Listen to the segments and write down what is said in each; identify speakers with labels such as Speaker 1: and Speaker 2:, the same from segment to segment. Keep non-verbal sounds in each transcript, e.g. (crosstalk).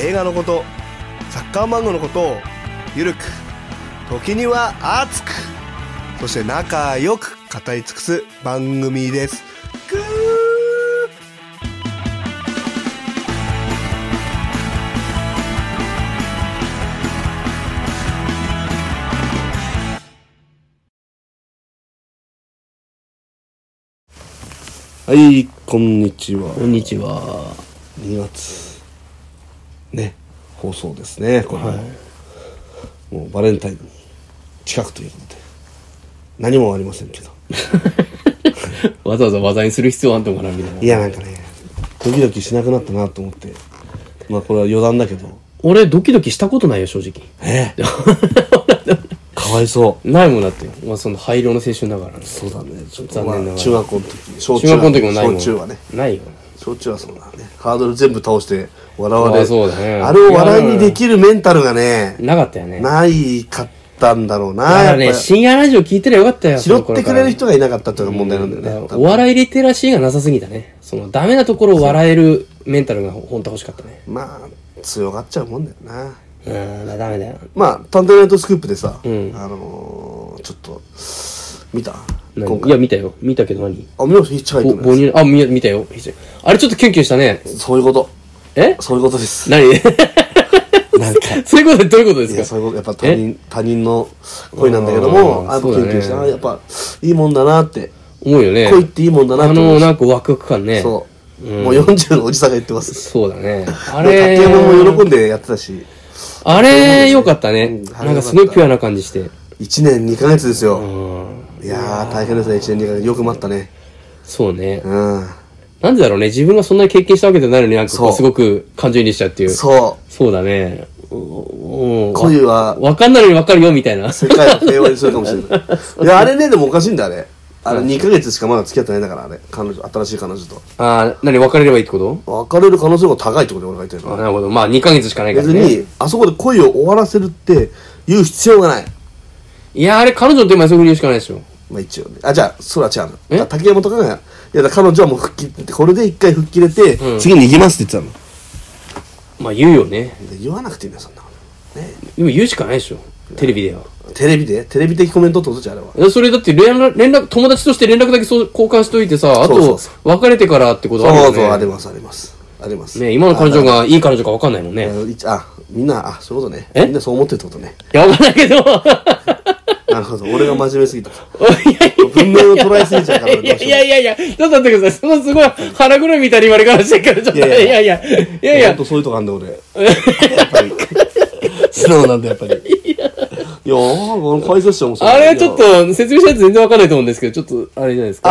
Speaker 1: 映画のことサッカー漫画のことをゆるく時には熱くそして仲良く語り尽くす番組ですぐーはい、こんにちは。
Speaker 2: こんにちは。
Speaker 1: 2月ね放送ですねこれも、もうバレンタイン近くということで何もありませんけど
Speaker 2: わざわざ話題にする必要あんともなみたい
Speaker 1: い
Speaker 2: な。
Speaker 1: やなんかねドキドキしなくなったなと思ってまあこれは余談だけど
Speaker 2: 俺ドキドキしたことないよ、正直。 (laughs)
Speaker 1: ええかわいそ
Speaker 2: ないもんだって。まあその廃炉の青春だからね。
Speaker 1: うそうだねちょっと
Speaker 2: 残
Speaker 1: ま
Speaker 2: 念ながら
Speaker 1: あ中学校の時小
Speaker 2: 中学校の時もないもん。
Speaker 1: 小中はね
Speaker 2: ないよ。
Speaker 1: 小中はそうだねハードル全部倒して笑われ
Speaker 2: あそうだね
Speaker 1: あれを笑いにできるメンタルがね
Speaker 2: なかったよね。だ
Speaker 1: ないかったんだろうな
Speaker 2: から
Speaker 1: やっ
Speaker 2: ね、
Speaker 1: ぱり
Speaker 2: 深夜ラジオ聞いてりゃよかったよ。
Speaker 1: 拾ってくれる
Speaker 2: 人
Speaker 1: 人がいなかったというのが問題なんだよね。多分
Speaker 2: お笑いリテラシーがなさすぎたね。そのダメなところを笑えるメンタルが本当は欲しかったね。
Speaker 1: まあ、強がっちゃうもんだよな。
Speaker 2: うん、だダメだよ。
Speaker 1: まあ、探偵ナイトスクープでさ、
Speaker 2: ん
Speaker 1: あのー、ちょっと、見た
Speaker 2: 何
Speaker 1: 今
Speaker 2: いや、
Speaker 1: 回。
Speaker 2: 見たよ。見たけど何
Speaker 1: あ、見ましたヒッチハイ
Speaker 2: ぼ
Speaker 1: クの
Speaker 2: 母
Speaker 1: や
Speaker 2: 乳、あ、見見たよ。あれちょっとキュンキュンしたね。
Speaker 1: つ。そういうこと。
Speaker 2: え
Speaker 1: そういうことです。
Speaker 2: 何
Speaker 1: (laughs) なんか。
Speaker 2: そういうことでどういうことで
Speaker 1: い
Speaker 2: す
Speaker 1: や、
Speaker 2: か
Speaker 1: そういうこと。やっぱ他人、他人の恋なんだけども、あ、や
Speaker 2: あー
Speaker 1: っぱ
Speaker 2: そう
Speaker 1: キュ
Speaker 2: だね
Speaker 1: ンキュンしたな。やっぱ、いいもんだなって。
Speaker 2: 思うよね。
Speaker 1: 恋っていいもんだなっ
Speaker 2: あ
Speaker 1: て思
Speaker 2: の、
Speaker 1: うし
Speaker 2: なんかワクワク感ね。
Speaker 1: そう。もう40のおじさんが言ってます。
Speaker 2: そうだね。あ
Speaker 1: あ
Speaker 2: れ、
Speaker 1: 竹山も喜んでやってたし、
Speaker 2: あれ、よかったね
Speaker 1: う。んあれ
Speaker 2: なんかすごいピュアな感じして。
Speaker 1: 1年2ヶ月ですよ。
Speaker 2: うん。
Speaker 1: いやー、大変ですね、1年2ヶ月。よく待ったね。
Speaker 2: そうね。
Speaker 1: うん。
Speaker 2: なんでだろうね。自分がそんなに経験したわけじゃないのになんかこ
Speaker 1: そう
Speaker 2: うすごく感情移入しちゃうっていう。そう
Speaker 1: そ
Speaker 2: だね。うん。
Speaker 1: う。恋
Speaker 2: わ
Speaker 1: は
Speaker 2: わかんないのにわかるよ、みたいな。
Speaker 1: 世界を平和にするかもしれない。 (laughs) いや、あれね、でもおかしいんだ、あれ。あれ、2ヶ月しかまだ付き合ってないんだから、あれ。彼女、新しい彼女と。
Speaker 2: ああ、なに別れればいいってこと
Speaker 1: 別れる可能性が高いってことで俺が言ってる
Speaker 2: あ
Speaker 1: のは。
Speaker 2: なるほど。まあ、2ヶ月しかないから
Speaker 1: 別
Speaker 2: ね。
Speaker 1: に、あそこで恋を終わらせるって言う必要がない。
Speaker 2: いや、あれ、彼女の手前そういうふうに言うしかないでしょ。
Speaker 1: まあ一応ね。あ、じゃあ、それは違うの。だ
Speaker 2: え
Speaker 1: から竹山とかが、いや、だから彼女はもう吹っ切って、これで一回吹っ切れて、次に逃げますって言ってた
Speaker 2: まあ、言うよね。
Speaker 1: の。で言わなくていいんだよ、そんなこと。ね。
Speaker 2: でも言うしかないでしょ。テレビでは。
Speaker 1: テレビでテレビ的コメントってことじゃあれは。
Speaker 2: えそれだって連絡、連絡、友達として連絡だけそう交換しといてさ、あ
Speaker 1: そうそう
Speaker 2: と
Speaker 1: そ、
Speaker 2: 別れてからってことある
Speaker 1: そ
Speaker 2: よ
Speaker 1: うそう、あり
Speaker 2: ね。
Speaker 1: ます、あります。あります。
Speaker 2: ね今の彼女がいい彼女か分かんないもんね。
Speaker 1: あいちあ、みんな、あ、そういうことね。
Speaker 2: え
Speaker 1: みんなそう思ってるってこと
Speaker 2: (laughs)
Speaker 1: ね。
Speaker 2: いや、分かんないけど。
Speaker 1: なるほど。俺が真面目すぎた。
Speaker 2: いやい
Speaker 1: 文明を捉えすぎちゃうから、
Speaker 2: やいやいやいやいや、ちょっと待ってください。そのすごい腹黒いみたいな言われ方してるから、ちょっと。い
Speaker 1: いや
Speaker 2: や
Speaker 1: い
Speaker 2: い
Speaker 1: や
Speaker 2: やいや。い
Speaker 1: いや
Speaker 2: や
Speaker 1: いや。
Speaker 2: い
Speaker 1: ほ
Speaker 2: や
Speaker 1: んと、そういうとこあんだ、俺。やっぱり。素直なんだ、やっぱり。いや、この解説者もそう。
Speaker 2: あれはちょっ。と説明しないと全然分かんないと思うんですけど、ちょっと、あれじゃないですか。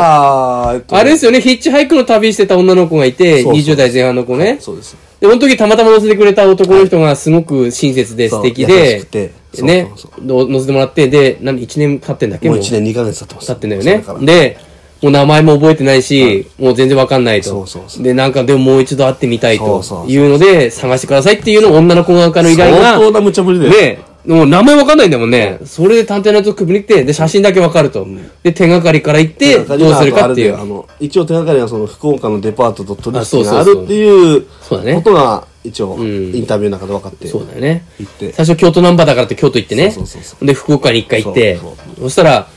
Speaker 1: あー、えっと。
Speaker 2: あれですよね、ヒッチハイクの旅してた女の子がいて、
Speaker 1: そうそう
Speaker 2: 20代前半の子ね。
Speaker 1: そうです。
Speaker 2: で、その時たまたま乗せてくれた男の人がすごく親切で
Speaker 1: そう
Speaker 2: 素敵
Speaker 1: 優
Speaker 2: で
Speaker 1: しくて、
Speaker 2: ね
Speaker 1: そうそう、
Speaker 2: の乗せてもらって、で、何、1年経ってんだっけ
Speaker 1: もう
Speaker 2: もう
Speaker 1: 1年2ヶ月経ってます。
Speaker 2: 経ってんだよ
Speaker 1: それ
Speaker 2: ね
Speaker 1: から。
Speaker 2: で、もう名前も覚えてないし、もう全然わかんないと。
Speaker 1: そうそうそう
Speaker 2: で、なんかでももう一度会ってみたい
Speaker 1: そ
Speaker 2: と
Speaker 1: うそうそう
Speaker 2: いうので、探してくださいっていうのを女の子側からの依頼
Speaker 1: 相
Speaker 2: が、
Speaker 1: 当な無茶ぶりで。
Speaker 2: ね、もう名前わかんないんだもんね。それで探偵のやつをくぶりって、で、写真だけわかると。で、手がかりから行って、
Speaker 1: 手がかり
Speaker 2: どう
Speaker 1: は
Speaker 2: するかってい
Speaker 1: あとあれだよあ
Speaker 2: う。
Speaker 1: の一応手がかりはその福岡のデパートと取
Speaker 2: あそ
Speaker 1: 引
Speaker 2: う
Speaker 1: が
Speaker 2: そ
Speaker 1: あ
Speaker 2: うそう
Speaker 1: るっていう
Speaker 2: そうだね
Speaker 1: ことが一応
Speaker 2: ん
Speaker 1: インタビューの中で分かって
Speaker 2: そうだよね。
Speaker 1: 行って
Speaker 2: 最初京都ナンバーだからって京都行ってね。
Speaker 1: そうそうそう
Speaker 2: で、福岡に一回行って、
Speaker 1: そう
Speaker 2: そ
Speaker 1: そ
Speaker 2: したら、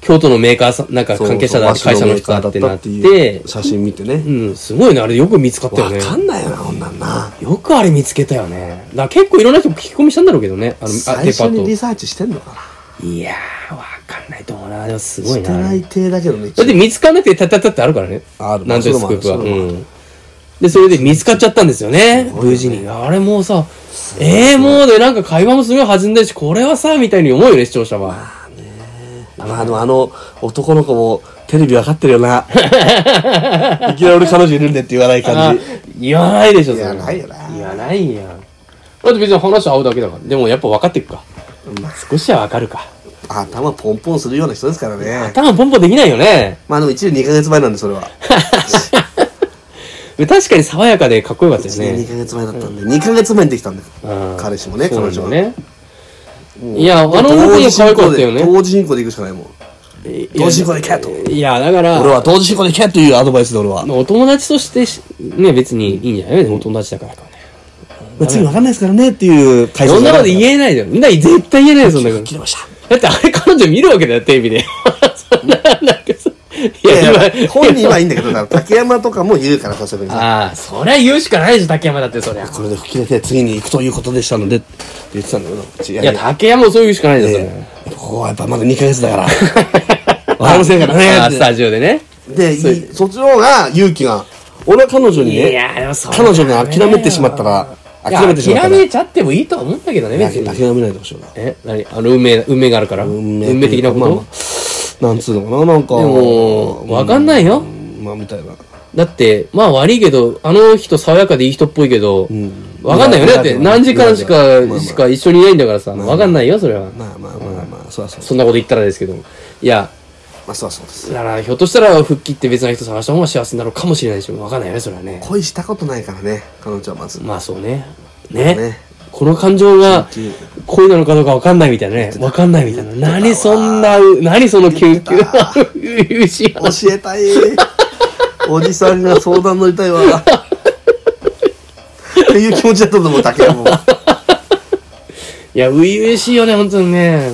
Speaker 2: 京都のメーカーさん、なんか
Speaker 1: そう
Speaker 2: 関係者だって
Speaker 1: そう
Speaker 2: 会社の人だ
Speaker 1: 和
Speaker 2: って
Speaker 1: 紙のメ
Speaker 2: な
Speaker 1: ー
Speaker 2: っ
Speaker 1: カーだったってい
Speaker 2: て
Speaker 1: う、写真見てね、
Speaker 2: うん、すごいね。あれよく見つかったよ
Speaker 1: 分
Speaker 2: ね。
Speaker 1: かんないよなこんなんな
Speaker 2: よくあれ見つけたよね。だから結構いろんな人も聞き込みしたんだろうけどね。あの、あ
Speaker 1: 最
Speaker 2: デパ
Speaker 1: 初にリ
Speaker 2: ー
Speaker 1: サーチしてんのかな
Speaker 2: ト。いやー、わかんないと思うな。でもすごい
Speaker 1: して
Speaker 2: な。
Speaker 1: ない体だけどね
Speaker 2: だって見つかんなくてタタタってあるからね。
Speaker 1: ある
Speaker 2: なんちゃらスクープは。
Speaker 1: そうれもあるそれもある
Speaker 2: ん。で、それで見つかっちゃったんですよね。無事に。あれもうさ、えー、もうで、なんか会話もすごい弾んでるし、これはさ、みたいに思うよね、視聴者は。
Speaker 1: まあでもあの男の子もテレビ分かってるよ
Speaker 2: (laughs)
Speaker 1: ないきなり俺彼女いるんでって言わない
Speaker 2: あ
Speaker 1: 感じ
Speaker 2: (laughs) 言わないでしょ、それ
Speaker 1: 言わないよな
Speaker 2: 言わないやん。だって別に話合うだけだから。でもやっぱ分かっていくか。少しは分かるか。
Speaker 1: 頭ポンポンするような人ですからね。
Speaker 2: 頭ポンポンできないよね。
Speaker 1: まあでも1年2ヶ月前なんで、それは。
Speaker 2: 確かに爽やかでかっこよかったで
Speaker 1: 1
Speaker 2: す
Speaker 1: 年
Speaker 2: ね
Speaker 1: 2。ヶ月前だったんで、2ヶ月前にできたんです。
Speaker 2: うん
Speaker 1: 彼氏もね、
Speaker 2: そう
Speaker 1: 彼
Speaker 2: なんだ
Speaker 1: 女
Speaker 2: よ
Speaker 1: も。
Speaker 2: ね。
Speaker 1: もう
Speaker 2: いやあの
Speaker 1: もう同
Speaker 2: 男
Speaker 1: 時
Speaker 2: の子可
Speaker 1: 進
Speaker 2: 愛か
Speaker 1: 行
Speaker 2: ったよね
Speaker 1: で、同時進行でいくしかないもん。同時進行でキャット。
Speaker 2: いや、だから、
Speaker 1: 俺は同時進行でキャットというアドバイスで俺は。
Speaker 2: お友達としてし、ね、別にいいんじゃないお友達だからかね。
Speaker 1: 次わかんないですからねっていう解
Speaker 2: そんなこと
Speaker 1: え
Speaker 2: 言えないだろ。みんな絶対言えないよ、そんなこ
Speaker 1: 切
Speaker 2: と。
Speaker 1: れました。
Speaker 2: だってあれ彼女見るわけだよ、テレビで。 (laughs) そんな、なんかさ。い
Speaker 1: い
Speaker 2: や、
Speaker 1: やいや
Speaker 2: 今、
Speaker 1: 本人はいいんだけ (laughs) ど、だから竹山とかも言うからさ、それにさ。
Speaker 2: ああ、そりゃ言うしかないでしょ、竹山だって、そりゃ。
Speaker 1: これで吹き出て次に行くということでしたので、って言ってたんだけど、い
Speaker 2: いや、竹山もそう言うしかないでしょ、それ
Speaker 1: ええここはやっぱまだ2ヶ月だから。わかりませんから
Speaker 2: ああ
Speaker 1: ね
Speaker 2: ス。タジオでね。
Speaker 1: (laughs) で、いいそっちの方が勇気が、俺は彼女に
Speaker 2: い
Speaker 1: ね、
Speaker 2: や、でもそれ
Speaker 1: 彼女が諦めてしまったら、諦めてしまったら、
Speaker 2: いや諦めちゃってもいいとは思うんだけどね、別
Speaker 1: 諦
Speaker 2: に。
Speaker 1: めないでほしいな。
Speaker 2: え、何あの、運命、運命があるから。運
Speaker 1: 運
Speaker 2: 命
Speaker 1: 命
Speaker 2: 的なこ
Speaker 1: まあ
Speaker 2: と
Speaker 1: まあなんつうのかな、なんか。
Speaker 2: でも、わかんないよ。
Speaker 1: まあ、みたいな。
Speaker 2: だって、まあ悪いけど、あの人爽やかでいい人っぽいけど
Speaker 1: ん、
Speaker 2: わかんないよね。
Speaker 1: まあ
Speaker 2: だって
Speaker 1: まあ
Speaker 2: 何時間しか
Speaker 1: まあま、あ
Speaker 2: しか一緒にいないんだからさ、わかんないよ、それは。
Speaker 1: まあまあまあまあ、そうはそう。
Speaker 2: そんなこと言ったらですけど。いや、
Speaker 1: まあ、そうはそうです。
Speaker 2: だからひょっとしたら復帰って別な人探した方が幸せになるかもしれないし、わかんないよね、それはね。
Speaker 1: 恋したことないからね、彼女はまず。
Speaker 2: まあそうね。ね
Speaker 1: ね。
Speaker 2: この感情が
Speaker 1: 緊急
Speaker 2: 恋なのかどうかわかんないみたいなね。わかんないみたいな。何そんな、何その緊急な、優しい話
Speaker 1: 教えたい。おじさんが相談乗りたいわ。っていう気持ちだったと思う、竹山も。
Speaker 2: (laughs) いや、初々しいよね、本当にね。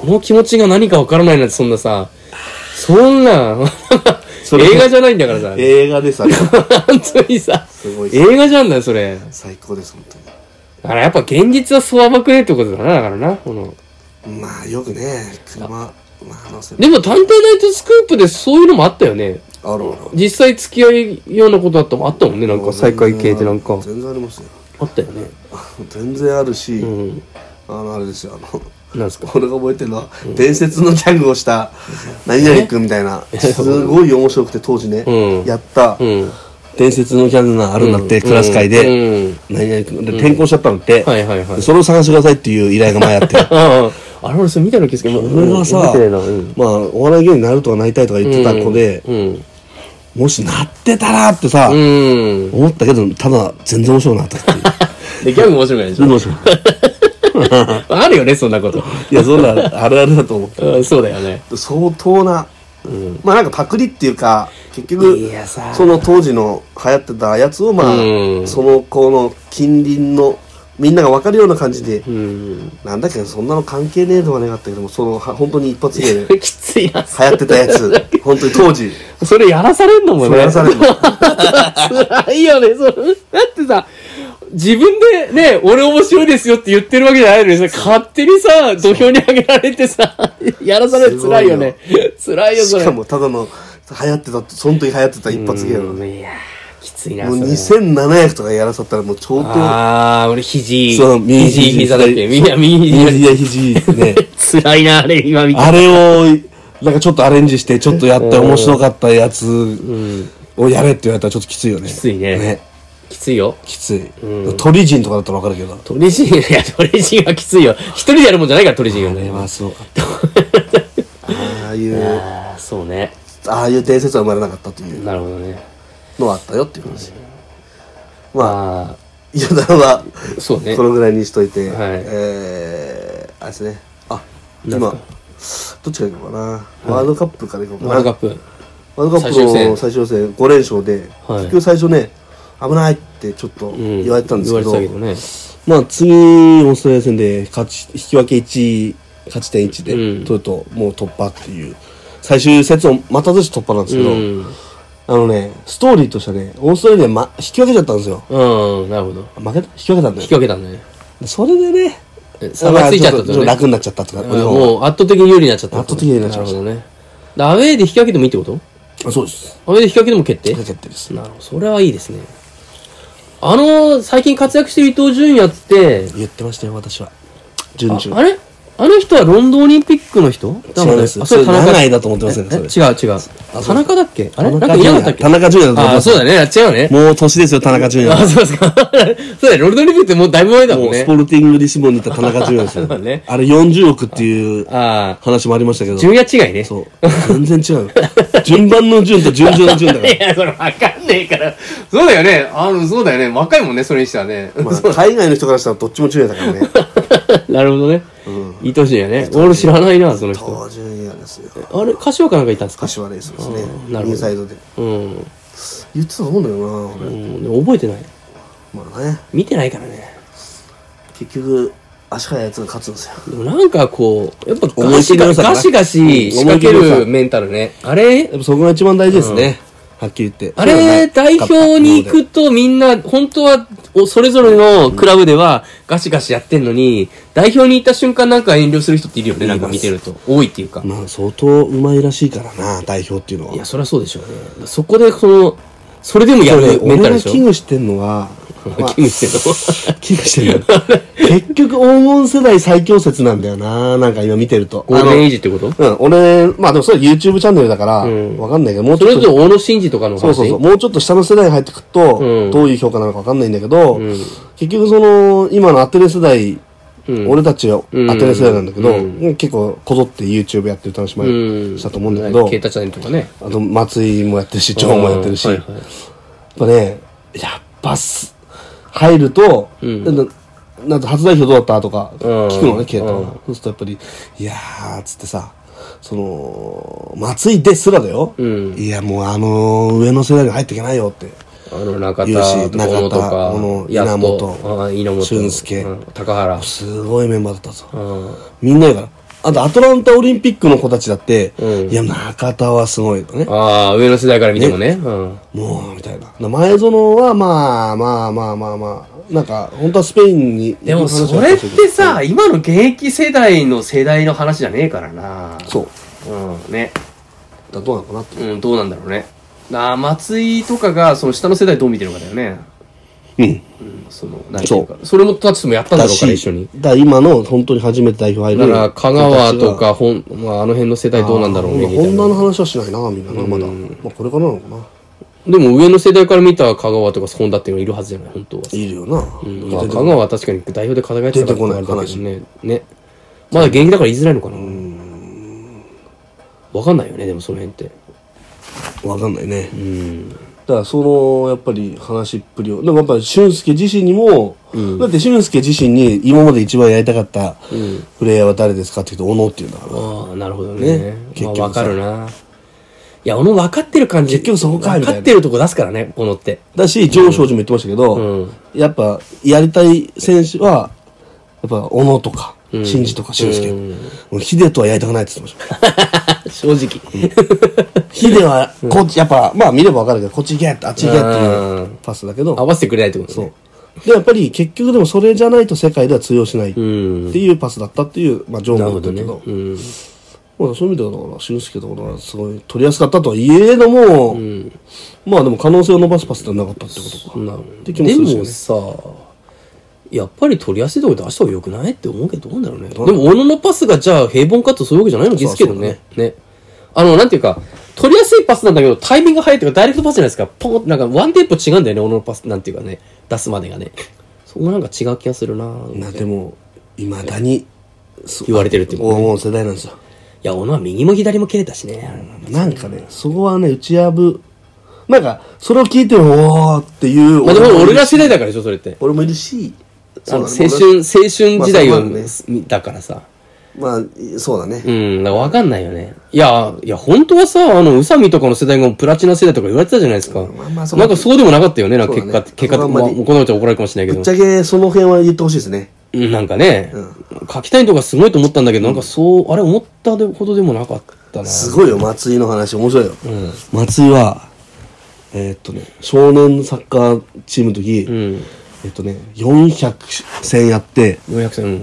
Speaker 2: この気持ちが何かわからないなんて、そんなさ。そん
Speaker 1: れ
Speaker 2: な、(laughs) 映画じゃないんだからさ。
Speaker 1: 映画でさ、
Speaker 2: 本当にさ。
Speaker 1: すごい
Speaker 2: 映画じゃんだよ、それ。
Speaker 1: 最高です、本
Speaker 2: だからやっぱ現実はそう甘くねえってことだな、だからな。この
Speaker 1: 当に。まあ、よくね、車、まあ、乗せる。
Speaker 2: でも、探偵ナイトスクープでそういうのもあったよね。
Speaker 1: あるある。
Speaker 2: 実際付き合いようなことだったもんあったもんね、なんか再会系ってなんか。
Speaker 1: 全然ありますよ。
Speaker 2: あったよね。
Speaker 1: 全然あるし、
Speaker 2: うん。
Speaker 1: あの、あれですよ、あの、
Speaker 2: なんすか。
Speaker 1: 俺が覚えてるのは、伝説のギャグをした、何々君みたいな、すごい面白くて当時ね、
Speaker 2: うん
Speaker 1: やった、
Speaker 2: うん。
Speaker 1: 伝説のギャグがあるんだって、クラス会で、
Speaker 2: うん。
Speaker 1: 何々君で転校しちゃったのって、
Speaker 2: はいはいはい。
Speaker 1: それを探してくださいっていう依頼が前あって
Speaker 2: ああ、あれ俺それ見たの気づけど、
Speaker 1: 俺がさ、
Speaker 2: 覚えてないなうん
Speaker 1: まあお笑い芸人になるとかなりたいとか言ってた子で、
Speaker 2: うん。
Speaker 1: もしなってたらってさ、
Speaker 2: うん。
Speaker 1: 思ったけどただ全然面白くなかったっていう
Speaker 2: で、ギャグ面白くないでし
Speaker 1: 全然
Speaker 2: ょ
Speaker 1: 面白くない
Speaker 2: あるよね、そんなこと。
Speaker 1: (laughs) いやそんなあるあるだと思う
Speaker 2: うん、そうだよね。
Speaker 1: 相当な、まあなんかパクリっていうか結
Speaker 2: い
Speaker 1: 局
Speaker 2: やさ
Speaker 1: その当時の流行ってたやつをまあ、
Speaker 2: うん
Speaker 1: その子の近隣のみんなが分かるような感じで、
Speaker 2: うん。 (laughs)
Speaker 1: なんだけどそんなの関係ねえとはねかったけどもそのは本当に一発芸で
Speaker 2: (laughs)
Speaker 1: 流
Speaker 2: きついな。
Speaker 1: 行ってたやつ本当に当時
Speaker 2: それやらされんのもね。
Speaker 1: それやらされるの
Speaker 2: 辛いよね、それ。だってさ、自分でね、俺面白いですよって言ってるわけじゃないのにさ、勝手にさ、土俵に上げられてさ、やらされる辛いよね。辛いよ、それ。
Speaker 1: しかもただの流行ってたその時流行ってた一発芸なのね
Speaker 2: うんいやーきついな、
Speaker 1: もう
Speaker 2: それ。
Speaker 1: 2700とかやらさったらもうちょうど
Speaker 2: あー、俺肘、
Speaker 1: そう右
Speaker 2: 肘、
Speaker 1: 肘
Speaker 2: 膝だっけみんな右
Speaker 1: いやい
Speaker 2: 肘。
Speaker 1: や肘ってね
Speaker 2: (laughs) 辛いな、あれ、今見て。
Speaker 1: あれをなんかちょっとアレンジしてちょっとやって面白かったやつをやれって言われたらちょっときついよねき
Speaker 2: ついねきついよ。
Speaker 1: きつい、鳥人とかだったら分かるけど
Speaker 2: トリジン、いや、トリジンはきついよ。一人でやるもんじゃないから、トリジンは
Speaker 1: あれ
Speaker 2: ね。
Speaker 1: はすごかったああいう
Speaker 2: ああ、そうね。
Speaker 1: ああいう伝説は生まれなかったという
Speaker 2: なるほどね。
Speaker 1: のはあったよっていう話まあ
Speaker 2: あ
Speaker 1: 余談は
Speaker 2: あ、そうね
Speaker 1: こ。のぐらいにしといて、
Speaker 2: はい
Speaker 1: えー、あれですねあ今
Speaker 2: なん
Speaker 1: どっちからいこうかな、ワールドカップからいこうかな
Speaker 2: ワールドカップ。
Speaker 1: ワールドカップの最終予選5連勝で、
Speaker 2: はい
Speaker 1: 結局最初ね危ないってちょっと
Speaker 2: うん。
Speaker 1: 言われてたんですけど、
Speaker 2: 言われてたけどね。
Speaker 1: まあ次オーストラリア戦で勝ち引き分け1勝ち点1で
Speaker 2: うん
Speaker 1: 取るともう突破っていう最終節を待たずして突破なんですけど、
Speaker 2: う
Speaker 1: あのねストーリーとしてはねオーストラリア、ま、引き分けちゃったんですよ
Speaker 2: ん。うん、なるほど。
Speaker 1: 負けた引き分けたんだ
Speaker 2: 引
Speaker 1: よ
Speaker 2: き分けたんだね。
Speaker 1: それでね
Speaker 2: え差がついちゃったって
Speaker 1: ちょっ
Speaker 2: こと
Speaker 1: と
Speaker 2: ね。
Speaker 1: 楽になっちゃったとか、
Speaker 2: うん
Speaker 1: 日本は
Speaker 2: もう圧倒的に有利になっちゃったって
Speaker 1: 圧
Speaker 2: こと。
Speaker 1: 倒的に有利になっちゃいま
Speaker 2: な
Speaker 1: した
Speaker 2: るほどね。だからアウェーで引き分けてもいいってこと
Speaker 1: あそうです
Speaker 2: アウェーで引き分けても決定
Speaker 1: かけてです
Speaker 2: なるほど。それはいいですね。あの、最近活躍してる伊藤純也って、
Speaker 1: 言ってましたよ私は順
Speaker 2: あ
Speaker 1: 々
Speaker 2: あれあの人はロンドンオリンピックの人だ
Speaker 1: 違い
Speaker 2: から
Speaker 1: ます
Speaker 2: あ
Speaker 1: そ
Speaker 2: そ
Speaker 1: れ
Speaker 2: れ田中
Speaker 1: 長いだと思ってますよね
Speaker 2: え
Speaker 1: それ
Speaker 2: 違う違う
Speaker 1: う
Speaker 2: 田中だっけあれなん
Speaker 1: 田
Speaker 2: か
Speaker 1: 中
Speaker 2: 嫌
Speaker 1: 純
Speaker 2: だ
Speaker 1: 也
Speaker 2: ったっけ
Speaker 1: 田中純也だと思って
Speaker 2: あ
Speaker 1: ま
Speaker 2: あ
Speaker 1: す
Speaker 2: そうだねやっちゃうよね
Speaker 1: もう年ですよ田中純
Speaker 2: あ
Speaker 1: 也
Speaker 2: そうですか (laughs) そうだねロンドンオリンピックってもうだいぶ前だも
Speaker 1: も
Speaker 2: ん
Speaker 1: うス
Speaker 2: ね
Speaker 1: ポルティングリスボンにいた田中純也ですよ
Speaker 2: そうだね
Speaker 1: あれ40億っていう
Speaker 2: ああ
Speaker 1: 話もありましたけど
Speaker 2: 純也違いね
Speaker 1: そう全然違う順番の順と順序の順 (laughs) だか
Speaker 2: いや、それわかんねえから。そうだよね。あの、そうだよね。若いもんね、それにしたらね。
Speaker 1: ら、まあ、海外の人からしたらどっちも純也だからね
Speaker 2: (laughs) なるほどね。いとしいよ (laughs) ね。俺知らないな、その人。
Speaker 1: そう純也ですよ
Speaker 2: あれ、柏かなんかいたんですか
Speaker 1: 柏レースですね
Speaker 2: あーなるほど
Speaker 1: インサイドで
Speaker 2: うん。も
Speaker 1: 言ってたと思うんだよな
Speaker 2: う
Speaker 1: 俺
Speaker 2: でも覚えてない。
Speaker 1: まあね
Speaker 2: 見てないからね。
Speaker 1: 結局足速いやつが勝つんですよ
Speaker 2: でもなんかこう、やっぱ
Speaker 1: 思
Speaker 2: ガ
Speaker 1: い切
Speaker 2: シ
Speaker 1: りの
Speaker 2: ガ
Speaker 1: 良さかな
Speaker 2: ガシガシ仕掛け
Speaker 1: うん思い切りの良
Speaker 2: る
Speaker 1: さ
Speaker 2: メンタルね。あれ
Speaker 1: やっぱそこが一番大事ですね、はっきり言って
Speaker 2: あれ、代表に行くとみんな、本当は、おそれぞれのクラブではガシガシやってんのに、代表に行った瞬間なんか遠慮する人っているよね、なんか見てると。多いっていうか。
Speaker 1: まあ相当うまいらしいからな代表っていうのはい
Speaker 2: や、そりゃそうでしょうね。そこで、その、それでもやるメンタルでしょ
Speaker 1: 俺が危。惧してんの (laughs) は、まあ
Speaker 2: (laughs) キムしてんの
Speaker 1: 危惧してんの (laughs) 結局黄金世代最強説なんだよななんか今見てると
Speaker 2: ゴールデンエイジってこと
Speaker 1: あのうん俺まあでもそれ YouTube チャンネルだから、
Speaker 2: ん
Speaker 1: わかんないけどもうち
Speaker 2: そ
Speaker 1: ょ
Speaker 2: れ
Speaker 1: っ
Speaker 2: こ
Speaker 1: と
Speaker 2: そ大野真二とかの話
Speaker 1: そうそうそうもうちょっと下の世代に入ってくと、
Speaker 2: うん
Speaker 1: どういう評価なのかわかんないんだけど、結局その今のアテレ世代
Speaker 2: うん
Speaker 1: 俺たちはアテレ世代なんだけど、
Speaker 2: うん
Speaker 1: 結構こぞって YouTube やってるって話も
Speaker 2: うん。
Speaker 1: したと思うんだけど、
Speaker 2: ケータチャンネルとかね。
Speaker 1: あと松井もやってるし、長もやってるし、
Speaker 2: うんはいはい
Speaker 1: やっぱね、やっぱす、入ると、
Speaker 2: うん
Speaker 1: なんかなんか初代表どうだったとか
Speaker 2: うん
Speaker 1: 聞くのね、ケイタが
Speaker 2: うん
Speaker 1: そうするとやっぱり、いやー、つってさ、その、松井ですらだよ。
Speaker 2: うん
Speaker 1: いや、もうあのー上の世代に入っていけないよって。
Speaker 2: あの、中田
Speaker 1: 言うし
Speaker 2: とか、小野
Speaker 1: 中田
Speaker 2: と
Speaker 1: 小
Speaker 2: か
Speaker 1: 野、
Speaker 2: やっと
Speaker 1: 稲本
Speaker 2: あ稲本、
Speaker 1: 俊介
Speaker 2: うん高原。
Speaker 1: すごいメンバーだったぞ。
Speaker 2: うん
Speaker 1: みんなやから。あと、アトランタオリンピックの子たちだって、
Speaker 2: うん
Speaker 1: いや、中田はすごいとね。
Speaker 2: ああ、上の世代から見てもね。うん
Speaker 1: もう、みたいな。前園は、まあ、まあまあまあまあ、なんか、本当はスペインに。
Speaker 2: でも、それって、さ、今の現役世代の世代の話じゃねえからな。
Speaker 1: そう。
Speaker 2: うん、ね。
Speaker 1: だどうなのかなって。
Speaker 2: うん、どうなんだろうね。あー松井とかが、その下の世代どう見てるのかだよね。
Speaker 1: うん。
Speaker 2: うん、その、なんていうか。それもタッチもやったんだろうから、一緒に。。
Speaker 1: だから今の、本当に初めて代表入
Speaker 2: だ
Speaker 1: る。
Speaker 2: から、香川と、か、ほん、まあ、あの辺の世代どうなんだろうね、みた
Speaker 1: ホ
Speaker 2: い
Speaker 1: ン
Speaker 2: な
Speaker 1: ダ。の話はしないな、みんなな、まだ。まあ、これからなのかな。
Speaker 2: でも、上の世代から見た香川とか、本田っていうのがいるはずじゃない、本当は。
Speaker 1: いるよな。
Speaker 2: うんまあ、香川は確かに代表で輝いてたか
Speaker 1: 出
Speaker 2: ら
Speaker 1: てこない話
Speaker 2: ね。ね。まだ現役だから言いづらいのかな。わかんないよね、でもその辺って。
Speaker 1: わかんないね。
Speaker 2: うん。
Speaker 1: だからそのやっぱり話っぷりをでもやっぱり俊介自身にも、だって俊介自身に今まで一番やりたかった
Speaker 2: ん
Speaker 1: プレイヤーは誰ですかって言うと小野っていうんだから、
Speaker 2: ああ、なるほどね
Speaker 1: ね。結
Speaker 2: まあ、
Speaker 1: 局さ
Speaker 2: わかるな。いや、小野分かってる感じ。
Speaker 1: 結局そこかみたい
Speaker 2: 分
Speaker 1: な
Speaker 2: かってるとこ出すからね、小野って。 (laughs)
Speaker 1: だし上昇寺も言ってましたけど、
Speaker 2: うん
Speaker 1: やっぱやりたい選手はやっぱ小野とか新次とか俊介、
Speaker 2: うん
Speaker 1: もうヒデとはやりたくないって言ってました (laughs)
Speaker 2: 正直。
Speaker 1: ヒデはこっちやっぱまあ見ればわかるけどこっち行けってあっち行けっていううんパスだけど
Speaker 2: 合わせてくれないってことね。
Speaker 1: でやっぱり結局でもそれじゃないと世界では通用しないって
Speaker 2: うん
Speaker 1: いうパスだったっていう、まあ、情
Speaker 2: なる
Speaker 1: 報だった
Speaker 2: ほど
Speaker 1: け
Speaker 2: ね。
Speaker 1: ど、
Speaker 2: うん。
Speaker 1: まあ、そういう意味ではだから俊介とかはすごい取りやすかったとはいえども、まあでも可能性を伸ばすパスではなかったってことか
Speaker 2: なるほ
Speaker 1: って気
Speaker 2: ど
Speaker 1: も
Speaker 2: で
Speaker 1: るし
Speaker 2: す
Speaker 1: ね
Speaker 2: もさ、やっぱり取りやすいとこ出した方が良くないって思うけどどうなんだろうね。でも、小野のパスがじゃあ平凡かとそういうわけじゃないのですけどね。ね。あの、なんていうか、取りやすいパスなんだけど、タイミングが早いっていうか、ダイレクトパスじゃないですか。ポンってなんか、ワンテンポ違うんだよね、小野のパス、なんていうかね、出すまでがね。そこなんか違う気がするなぁ
Speaker 1: なでもいまだにそ
Speaker 2: 言われてるっていうかね、い
Speaker 1: 黄金世代なんですよ
Speaker 2: や、小野は右も左も切れたしね。
Speaker 1: なんかねそこはね打ち破なんかそれを聞いてもおーっていう
Speaker 2: まあ、でも俺
Speaker 1: もいる
Speaker 2: ら世代だからでしょ、それって。
Speaker 1: 俺もいるし
Speaker 2: あの青
Speaker 1: そう
Speaker 2: 春、
Speaker 1: だね
Speaker 2: 青春時代
Speaker 1: まあ
Speaker 2: を、
Speaker 1: そうだね
Speaker 2: だからさ。
Speaker 1: まあそうだね、
Speaker 2: うん、だからわかんないよね。いや、いや、本当はさ、あの、宇佐美とかの世代がプラチナ世代とか言われてたじゃないですか。
Speaker 1: まあまあそう
Speaker 2: なんかそうでもなかったよね、なんか
Speaker 1: そうだ
Speaker 2: 結
Speaker 1: ね
Speaker 2: 果、結果、
Speaker 1: そこ
Speaker 2: ま
Speaker 1: は
Speaker 2: あ、
Speaker 1: あ
Speaker 2: こ
Speaker 1: んまり
Speaker 2: のうちは怒られるかもしれない
Speaker 1: ぶ
Speaker 2: け
Speaker 1: っ
Speaker 2: ど
Speaker 1: ち。ゃけその辺は言ってほしいですね
Speaker 2: うんなんかね、書きたいとかすごいと思ったんだけど、なんかそう、あれ思ったほどでもなかったな。
Speaker 1: すごいよ松井の話面白いよ、
Speaker 2: ん
Speaker 1: 松井はえーっとね少年サッカーチームの時、
Speaker 2: うん。
Speaker 1: えっとね、400戦やって、
Speaker 2: 400戦。うん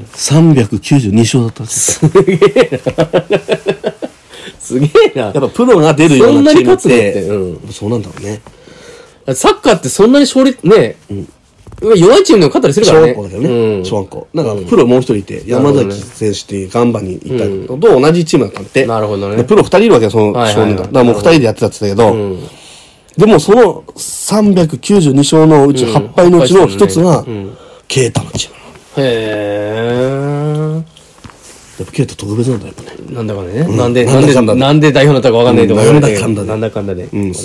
Speaker 1: 392勝だったんですよ。
Speaker 2: (laughs) すげえな。すげえな
Speaker 1: や。っぱプロが出るようなチームっ
Speaker 2: そんなに勝つ
Speaker 1: て、
Speaker 2: のって
Speaker 1: そうなんだろうね。
Speaker 2: サッカーってそんなに勝率、ね、弱いチームでも勝ったりするか
Speaker 1: 小
Speaker 2: らね。
Speaker 1: 学校だけどね。
Speaker 2: うん
Speaker 1: 小学校。なんか、プロもう一人いて、山崎選手っていうガンバに行ったのと同じチームだったんで。
Speaker 2: なるほどね
Speaker 1: でプロ二人いるわけよ、その
Speaker 2: はいはい
Speaker 1: 少
Speaker 2: はい
Speaker 1: 年が。だからもう二人でやってたって言ってたけど、でもその392勝のうち8敗のうちの一つが、ケイタのチームなの。
Speaker 2: へ
Speaker 1: やっぱケイタ特別なんだ、やっぱね。
Speaker 2: え。なんだかんだね。なんで、
Speaker 1: な
Speaker 2: なんん
Speaker 1: だか
Speaker 2: で、
Speaker 1: んだで
Speaker 2: なんで代表になったかわかんないとか言われたけど
Speaker 1: うんなんだかんだで
Speaker 2: なんだかんだで。
Speaker 1: ん
Speaker 2: こ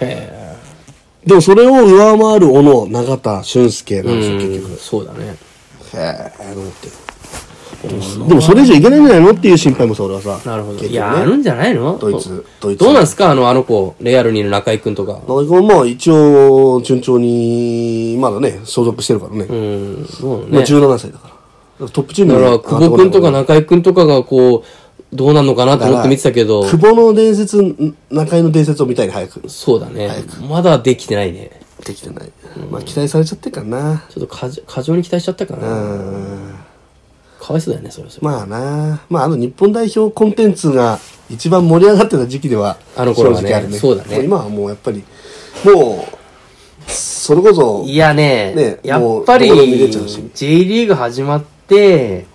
Speaker 2: れねへ
Speaker 1: でもそれを上回る小野、永田、俊介なん
Speaker 2: え。
Speaker 1: ですよ、結
Speaker 2: うんそうだね。
Speaker 1: 局。へえ、と思って。でもそれ以上いけないんじゃないのっていう心配もさ、俺はさ。
Speaker 2: なるほど。
Speaker 1: 結局ね
Speaker 2: いや、あるんじゃないの
Speaker 1: ドイツドイツ
Speaker 2: どうなんすかあの、あの子、レアルにいる中井くんとか。
Speaker 1: 中井君も一応、順調に、まだね、所属してるからね。
Speaker 2: うん、そう
Speaker 1: まあ
Speaker 2: ね。
Speaker 1: 17歳だから。トップチーム
Speaker 2: だ
Speaker 1: に
Speaker 2: から、久保くんとか中井くんとかがこう、どうなんのかなと思って見てたけど、
Speaker 1: 久保の伝説、ん中井の伝説を見たいに早く。
Speaker 2: そうだね。まだできてないね。
Speaker 1: できてない。まあ期待されちゃってるからな。
Speaker 2: ちょっと過剰過剰に期待しちゃったか
Speaker 1: う
Speaker 2: な。
Speaker 1: ん。
Speaker 2: かわいそうだよね、それはそれ。
Speaker 1: まあな。まああの日本代表コンテンツが一番盛り上がってた時期では、
Speaker 2: あの頃はね
Speaker 1: 正直あるね。
Speaker 2: そうだね
Speaker 1: も今はもうやっぱり、もう、それこそ、
Speaker 2: いやね、
Speaker 1: ね
Speaker 2: やっぱり
Speaker 1: もうどこでも見れちゃうし
Speaker 2: J リーグ始まって、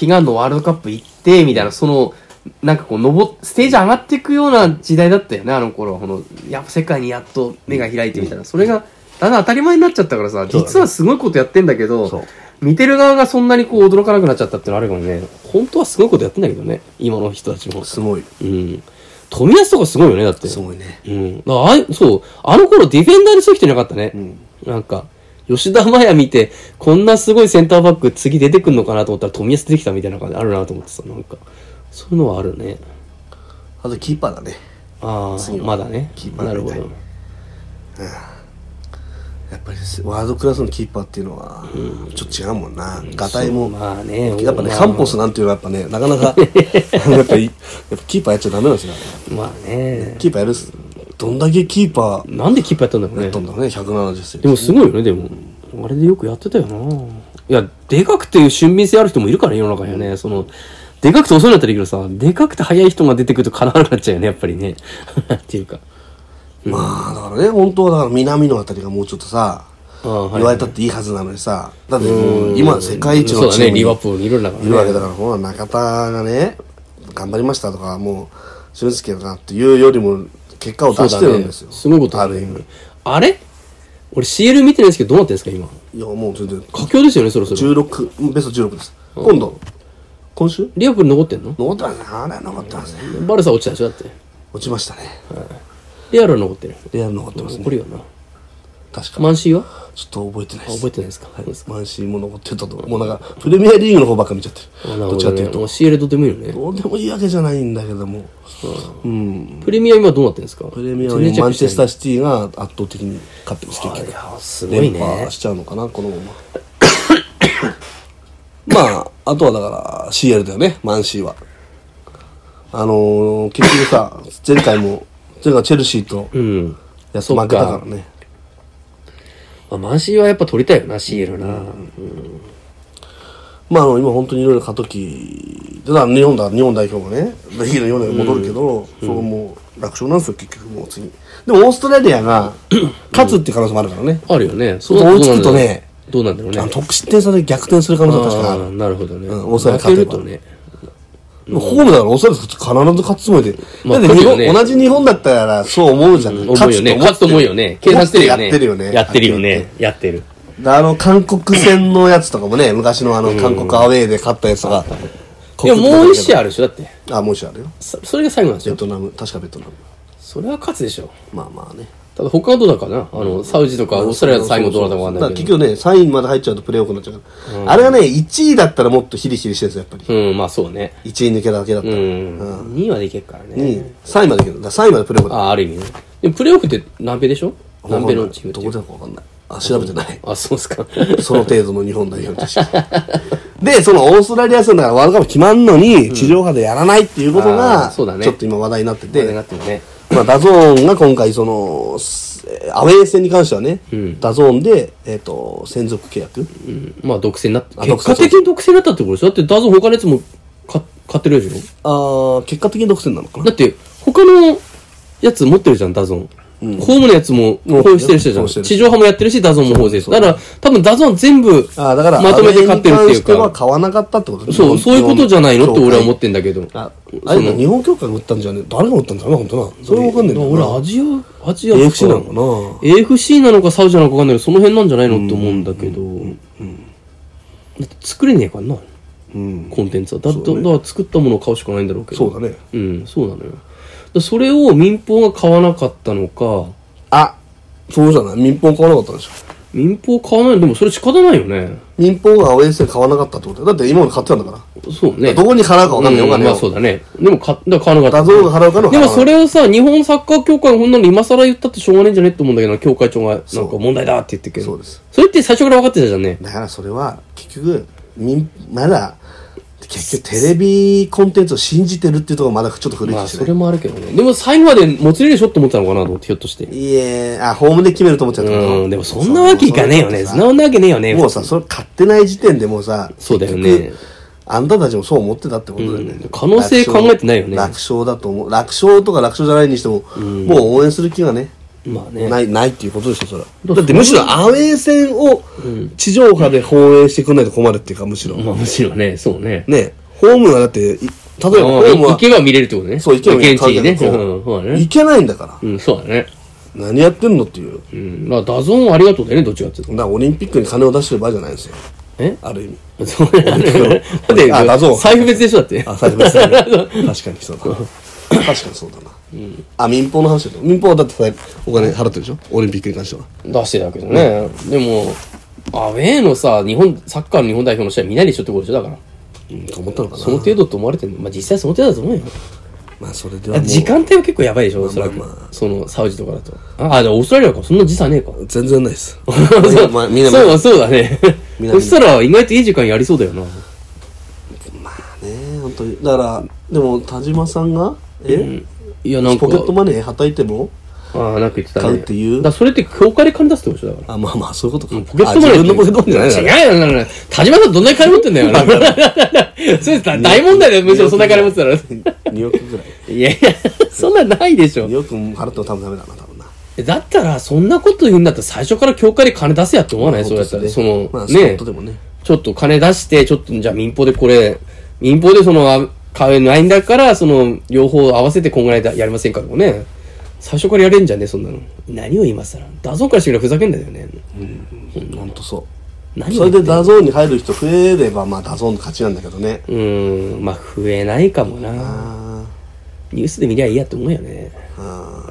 Speaker 2: 悲願のワールドカップ行って、みたいな、その、なんかこう、登っステージ上がっていくような時代だったよね、あの頃は。この、やっぱ世界にやっと目が開いてみたいな。それが、だんだん当たり前になっちゃったからさ、
Speaker 1: そうだね
Speaker 2: 実はすごいことやってんだけ
Speaker 1: そ
Speaker 2: ど
Speaker 1: う、
Speaker 2: 見てる側がそんなにこう驚かなくなっちゃったってのあるかもね。本当はすごいことやってんだけどね、今の人たちも。
Speaker 1: すごい。
Speaker 2: うん。富安とかすごいよね、だって。
Speaker 1: すごいね。
Speaker 2: うん。だからあいそう、あの頃ディフェンダーにそういう人いなかったね。
Speaker 1: ん
Speaker 2: なんか、吉田麻也見て、こんなすごいセンターバック次出てくんのかなと思ったら富安出てきたみたいな感じあるなと思ってさ、なんか、そういうのはあるね。
Speaker 1: あとキーパーだね。
Speaker 2: あ
Speaker 1: 次
Speaker 2: あ、
Speaker 1: は
Speaker 2: まだね
Speaker 1: キー。パー
Speaker 2: な
Speaker 1: になり
Speaker 2: るほ
Speaker 1: たい
Speaker 2: ど。
Speaker 1: やっぱりワールドクラスのキーパーっていうのは、ちょっと違うもんな。ガタイも、
Speaker 2: まあね、
Speaker 1: やっぱね、
Speaker 2: まあ
Speaker 1: カンポスなんていうのはやっぱね、なかなか、 (laughs) あのやっぱり、やっぱキーパーやっちゃダメなんですよ。
Speaker 2: まあね。
Speaker 1: キーパーやるっす。どんだけキーパー
Speaker 2: なんでキーパーやったんだろう
Speaker 1: や
Speaker 2: ね
Speaker 1: っ。たんだろうね、170セン
Speaker 2: でもすごいよね、でも。あれでよくやってたよな。いや、でかくて俊敏性ある人もいるからね、世の中にはね。その、でかくて遅いんだったらいいけどさ、でかくて速い人が出てくるとかなわなくなっちゃうよね、やっぱりね。 (laughs) っていうか。
Speaker 1: まあ、だからね、本当はだから南のあたりがもうちょっとさ、
Speaker 2: ああはい
Speaker 1: 言われたっていいはずなのにさ、だってもう今世界一
Speaker 2: そ
Speaker 1: の
Speaker 2: うだ
Speaker 1: チ
Speaker 2: ね、
Speaker 1: ームに
Speaker 2: リバプールにいるんだから
Speaker 1: い
Speaker 2: ね。
Speaker 1: るわけだから、ほら、中田がね、頑張りましたとか、もう、俊介がっていうよりも、結果を出してるんですよ。
Speaker 2: そうだねすごいこと
Speaker 1: あ
Speaker 2: だ
Speaker 1: る意
Speaker 2: ね
Speaker 1: 味。
Speaker 2: あれ俺 CL 見てないですけど、どうなってんですか、今。
Speaker 1: いや、もう全然、
Speaker 2: 佳境ですよね、そろそろ。
Speaker 1: 16、ベスト16です。今度、今週
Speaker 2: リバプール残ってんの
Speaker 1: 残ってますね。あれは残ってますね。
Speaker 2: バルサ落ちたでしょ、だって。
Speaker 1: 落ちましたね。
Speaker 2: レアルは残ってる。
Speaker 1: レアル残ってますね
Speaker 2: 残。るよな。
Speaker 1: 確か。
Speaker 2: マンシーはあ
Speaker 1: ちょっと覚えてないです。
Speaker 2: 覚えてないですか。はい
Speaker 1: マンシーも残ってたと。もうなんか、プレミアリーグの方ばっか見ちゃってる。どっちかっていうと。
Speaker 2: と。CL どうでもいいよね。
Speaker 1: どうでもいいわけじゃないんだけども。うん。
Speaker 2: プレミア今どうなってるんですか
Speaker 1: プレミアは
Speaker 2: 全然チェッ
Speaker 1: マ
Speaker 2: ク
Speaker 1: ン
Speaker 2: して
Speaker 1: チェ
Speaker 2: ない
Speaker 1: スターシティが圧倒的に勝ってます、結
Speaker 2: い
Speaker 1: 局。
Speaker 2: やすごい
Speaker 1: 連
Speaker 2: ね
Speaker 1: 覇しちゃうのかな、このま (coughs) ま。まあ、あとはだから、CL だよね、マンシーは。あのー、結局さ、前回も、前回チェルシーと
Speaker 2: うん、
Speaker 1: やつ
Speaker 2: そっ
Speaker 1: 負
Speaker 2: か
Speaker 1: けたからね。
Speaker 2: まあ、マンシーはやっぱ取りたいよな CL な、
Speaker 1: まあ、あの今本当にいろいろ過渡期でだから日本だ日本代表がねリーグの日本代表戻るけど、そこもう楽勝なんですよ結局もう次でもオーストラリアが勝つっていう可能性もあるからね、
Speaker 2: あるよね
Speaker 1: そう追いつくとね
Speaker 2: どうなんだろう
Speaker 1: あの
Speaker 2: ね
Speaker 1: 得失点差で逆転する可能性は確かにあ
Speaker 2: ああ
Speaker 1: る
Speaker 2: なるほどね、
Speaker 1: うんオーストラリア
Speaker 2: 負け
Speaker 1: 勝
Speaker 2: る
Speaker 1: て
Speaker 2: と
Speaker 1: ば
Speaker 2: ね
Speaker 1: でもホームだからオーストラリア必ず勝つつもりで、
Speaker 2: まあ
Speaker 1: だって日
Speaker 2: 勝
Speaker 1: 本、
Speaker 2: つよね
Speaker 1: 同じ日本だったらそう思うじゃん、
Speaker 2: 思うよね勝つと思うよね計算してるよね
Speaker 1: やってるよね
Speaker 2: やってるよねやってる
Speaker 1: であの韓国戦のやつとかもね昔のあの韓国アウェーで勝ったやつとか、
Speaker 2: いやもう一試合あるでしょだって
Speaker 1: あもう一試合あるよ
Speaker 2: そそれが最後なんです
Speaker 1: ベ
Speaker 2: よ
Speaker 1: トナム確かベトナム
Speaker 2: それは勝つでしょ
Speaker 1: まあまあね
Speaker 2: ただ他はどうだかなあのサウジとかオーストラリアの最後どうだったかわかんないけど
Speaker 1: だから結局ね、3位まで入っちゃうとプレーオフになっちゃうから、あれがね、1位だったらもっとヒリヒリしてるんですよ、やっぱり。
Speaker 2: うんまあそうね
Speaker 1: 1位抜けただけだった
Speaker 2: う
Speaker 1: ら。
Speaker 2: ん、2位までいけるからね
Speaker 1: 2位、3位までいける。だから3位までプレーオフだ。
Speaker 2: ああある意味ねでもプレーオフって南米でしょ南米のチームって
Speaker 1: ど
Speaker 2: い
Speaker 1: こ
Speaker 2: う
Speaker 1: でかわかんない。あ、調べてない。
Speaker 2: あそうっすか
Speaker 1: その程度の日本代表と
Speaker 2: (laughs)
Speaker 1: して。で、そのオーストラリア戦だからワールドカップ決まんのに、地上波でやらないっていうこと
Speaker 2: あー
Speaker 1: が、ち
Speaker 2: そう
Speaker 1: ょ
Speaker 2: だね
Speaker 1: っと今話題になってて、
Speaker 2: なってもね
Speaker 1: まあ、ダゾーンが今回その、すえーアウェー戦に関してはね、
Speaker 2: ん
Speaker 1: ダゾーンで、えっ、と、専属契約。
Speaker 2: うんまあ独占になって、
Speaker 1: あ独占
Speaker 2: 結果的に独占になったってことでしょだってダゾーン他のやつもか買ってるでしょ (laughs)
Speaker 1: あー結果的に独占なのかな
Speaker 2: だって他のやつ持ってるじゃん、ダゾーン。
Speaker 1: うん
Speaker 2: ホームのやつも
Speaker 1: うん
Speaker 2: 保有してる人じゃ
Speaker 1: 保
Speaker 2: ん。
Speaker 1: 有してる
Speaker 2: 地上波もやってるし、ダゾンも保有してる。だから、多分ダゾン全部、
Speaker 1: ああ、だから、
Speaker 2: まとめて買ってるっていうか
Speaker 1: あれに関しては買わなかったってことね
Speaker 2: そう、そういうことじゃないのって俺は思ってんだけど。
Speaker 1: あ、あれも日本協会が売ったんじゃねえ誰が売ったんだろうな、本当な。それはわかんねえんだよ
Speaker 2: 俺、
Speaker 1: な。
Speaker 2: アジア、アジア
Speaker 1: AFC なのか
Speaker 2: AFC なのかサウジなのかわかんないけど、その辺なんじゃないのって思うんだけど。だって作れねえからな、
Speaker 1: なうん。
Speaker 2: コンテンツは。だ,、
Speaker 1: そうだね
Speaker 2: だから作ったものを買うしかないんだろうけど。
Speaker 1: そうだね。
Speaker 2: うん、そうなのよ。だからそれを民放が買わなかったのか、
Speaker 1: あ、そうじゃない。民放買わなかったんでしょ。
Speaker 2: 民放買わないでもそれ仕方ないよね。
Speaker 1: 民放が OS で買わなかったってことだよだって今まで買ってたんだから。
Speaker 2: そうね。
Speaker 1: どこに払うかわかんないよ、お
Speaker 2: うん
Speaker 1: 金
Speaker 2: ま
Speaker 1: を
Speaker 2: あ。そうだね。でも買だから買わなか
Speaker 1: 画
Speaker 2: っ
Speaker 1: 像
Speaker 2: た。
Speaker 1: が払うかの
Speaker 2: でもそ
Speaker 1: れ、
Speaker 2: れをさ、日本サッカー協会がこんなの今更言ったってしょうがねえんじゃねって思うんだけど、協会長がなんか
Speaker 1: そう
Speaker 2: 問題だって言ってるけど。
Speaker 1: そうです。
Speaker 2: それって最初から分かってたじゃんね。
Speaker 1: だからそれは、結局、民、まだ、結局テレビコンテンツを信じてるっていうところがまだちょっと古い
Speaker 2: まあ
Speaker 1: です
Speaker 2: そ
Speaker 1: ね。
Speaker 2: れもあるけどね。でも最後までもつれるでしょって思ってたのかなと思って、ひょっとして。
Speaker 1: いえ、あ、ホームで決めると思っちゃった
Speaker 2: うん、でもそんなわけいかねえよね。そんなわけねえよね。
Speaker 1: もうさ、それ買ってない時点でもうさ、
Speaker 2: そうだよね
Speaker 1: 結局。あんたたちもそう思ってたってことだよね。
Speaker 2: うん可能性考えてないよね
Speaker 1: 楽勝だと思う。楽勝とか楽勝じゃないにしても、もう応援する気がね、
Speaker 2: まあね。
Speaker 1: ない、ないっていうことでしょ、それは。
Speaker 2: だ
Speaker 1: だってむしろアウェー戦を地上波で放映してくれないと困るっていうか、むしろ。
Speaker 2: まあむしろね、そうね。
Speaker 1: ね、ホームはだって、い例えばホーム
Speaker 2: 行
Speaker 1: は、
Speaker 2: けば見れるってことね。
Speaker 1: そう、行けば
Speaker 2: 現地にね。
Speaker 1: そう
Speaker 2: うん、そうだ
Speaker 1: 行
Speaker 2: ね。
Speaker 1: けないんだから。
Speaker 2: うん、そうだね。
Speaker 1: 何やってんのっていう。
Speaker 2: うん。まあ、ダゾーンありがとうだよね、どっちかっていうと。
Speaker 1: だからオリンピックに金を出してる場合じゃないんですよ。
Speaker 2: え
Speaker 1: ある意味。
Speaker 2: そう (laughs) だね。だって、
Speaker 1: あダゾーン
Speaker 2: 財布別でしょ、だって。
Speaker 1: あ、最初ですね。確かに (laughs) そうだな。確かにそうだな。あ、民放の話だと。民放はだってさお金払ってるでしょオリンピックに関しては。
Speaker 2: 出してたけどね。でも、アウェーのさ、日本、サッカーの日本代表の試合見ないでしょってことでしょ、だから。
Speaker 1: うん、と思ったのかな。
Speaker 2: その程度と思われてるの。まあ、実際その程度だと思うよ。
Speaker 1: まあ、それで
Speaker 2: だ
Speaker 1: は
Speaker 2: って
Speaker 1: も
Speaker 2: 時
Speaker 1: う、
Speaker 2: 間帯は結構やばいでしょ、おそらく
Speaker 1: まあま。
Speaker 2: その、サウジとかだと。あ、あでもオーストラリアか。そんな時差ねえか。
Speaker 1: 全然ない (laughs) です。まあ、みんな、まあ
Speaker 2: (laughs) そう、そうだね。
Speaker 1: みんな
Speaker 2: そしたら、意外といい時間やりそうだよな。
Speaker 1: ね本当に。だから、でも、田島さんが、え
Speaker 2: いや、なんか
Speaker 1: ポケ。ットマネーはたいても
Speaker 2: ああ、なんか言ってたね。
Speaker 1: 買うっていう
Speaker 2: だからそれって教会で金出すってことでしょ、だか
Speaker 1: あ、まあまあ、そういうことか。
Speaker 2: ら。ポケットマネー
Speaker 1: あ自分のポケットマネーじゃないから。
Speaker 2: 違うよ、なんか田島さんどんなに金持ってんだよ。 (laughs) そうです、大問題だよ、むしろそんな金持ってたら。
Speaker 1: 2億ぐらい。
Speaker 2: いやいや、そんなんないでしょ。
Speaker 1: 2億も払っても多分ダメだな、多分な。
Speaker 2: だったら、そんなこと言うんだったら最初から教会で金出せやって思わないそうやったら。その、
Speaker 1: まあ、スポ
Speaker 2: ね
Speaker 1: ットでもね。
Speaker 2: ちょっと金出して、ちょっと、じゃあ民放でこれ、民放でその、あ買えないんだから、その、両方合わせてこんぐらいだやりませんかとかね。最初からやれんじゃんね、そんなの。何を今更。ダゾーンからしてくれふざけんだよね。
Speaker 1: ほんとそう。
Speaker 2: 何
Speaker 1: そ
Speaker 2: を
Speaker 1: れ
Speaker 2: 言
Speaker 1: で
Speaker 2: ってんの
Speaker 1: ダゾーンに入る人増えれば、まあ、ダゾーンの勝ちなんだけどね。
Speaker 2: うーん、まあ増えないかもな。
Speaker 1: あ
Speaker 2: ニュースで見りゃいいやって思うよね。
Speaker 1: ーあー。
Speaker 2: だか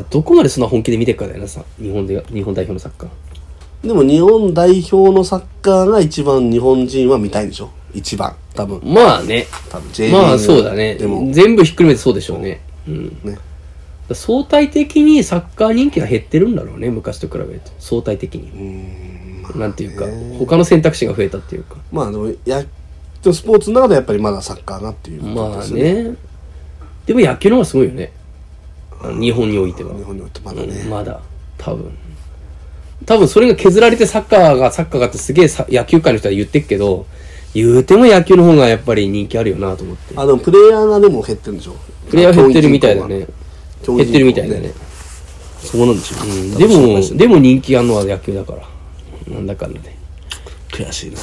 Speaker 2: らどこまでそんな本気で見てるかだよな、さ。日本で、日本代表のサッカー。
Speaker 1: でも日本代表のサッカーが一番日本人は見たいんでしょ一番。多分。
Speaker 2: まあね。
Speaker 1: 多分 J リーグ
Speaker 2: まあそうだね
Speaker 1: でも。。
Speaker 2: 全部ひっくるめてそうでしょうね。うん。
Speaker 1: ね。
Speaker 2: 相対的にサッカー人気が減ってるんだろうね昔と比べると相対的になんていうか他の選択肢が増えたっていうか
Speaker 1: まあでも、や、でもスポーツの中でやっぱりまだサッカーがっていうこと
Speaker 2: ま
Speaker 1: で
Speaker 2: あ
Speaker 1: すよね。
Speaker 2: ねでも野球の方がすごいよねあの日本においては
Speaker 1: 日本においてまだね。
Speaker 2: まだ多分多分それが削られてサッカーがサッカーがってすげえさ野球界の人は言ってっけど言うても野球の方がやっぱり人気あるよなと思って
Speaker 1: あ、でもプレイヤーがでも減ってるんでしょ
Speaker 2: プレイヤー減ってるみたいだね
Speaker 1: 競技
Speaker 2: 減っ
Speaker 1: 人口は。
Speaker 2: てるみたいだね
Speaker 1: そうなんでしょ
Speaker 2: うん
Speaker 1: う。
Speaker 2: でもでも人気あんのは野球だからなんだかんだで
Speaker 1: 悔しいな。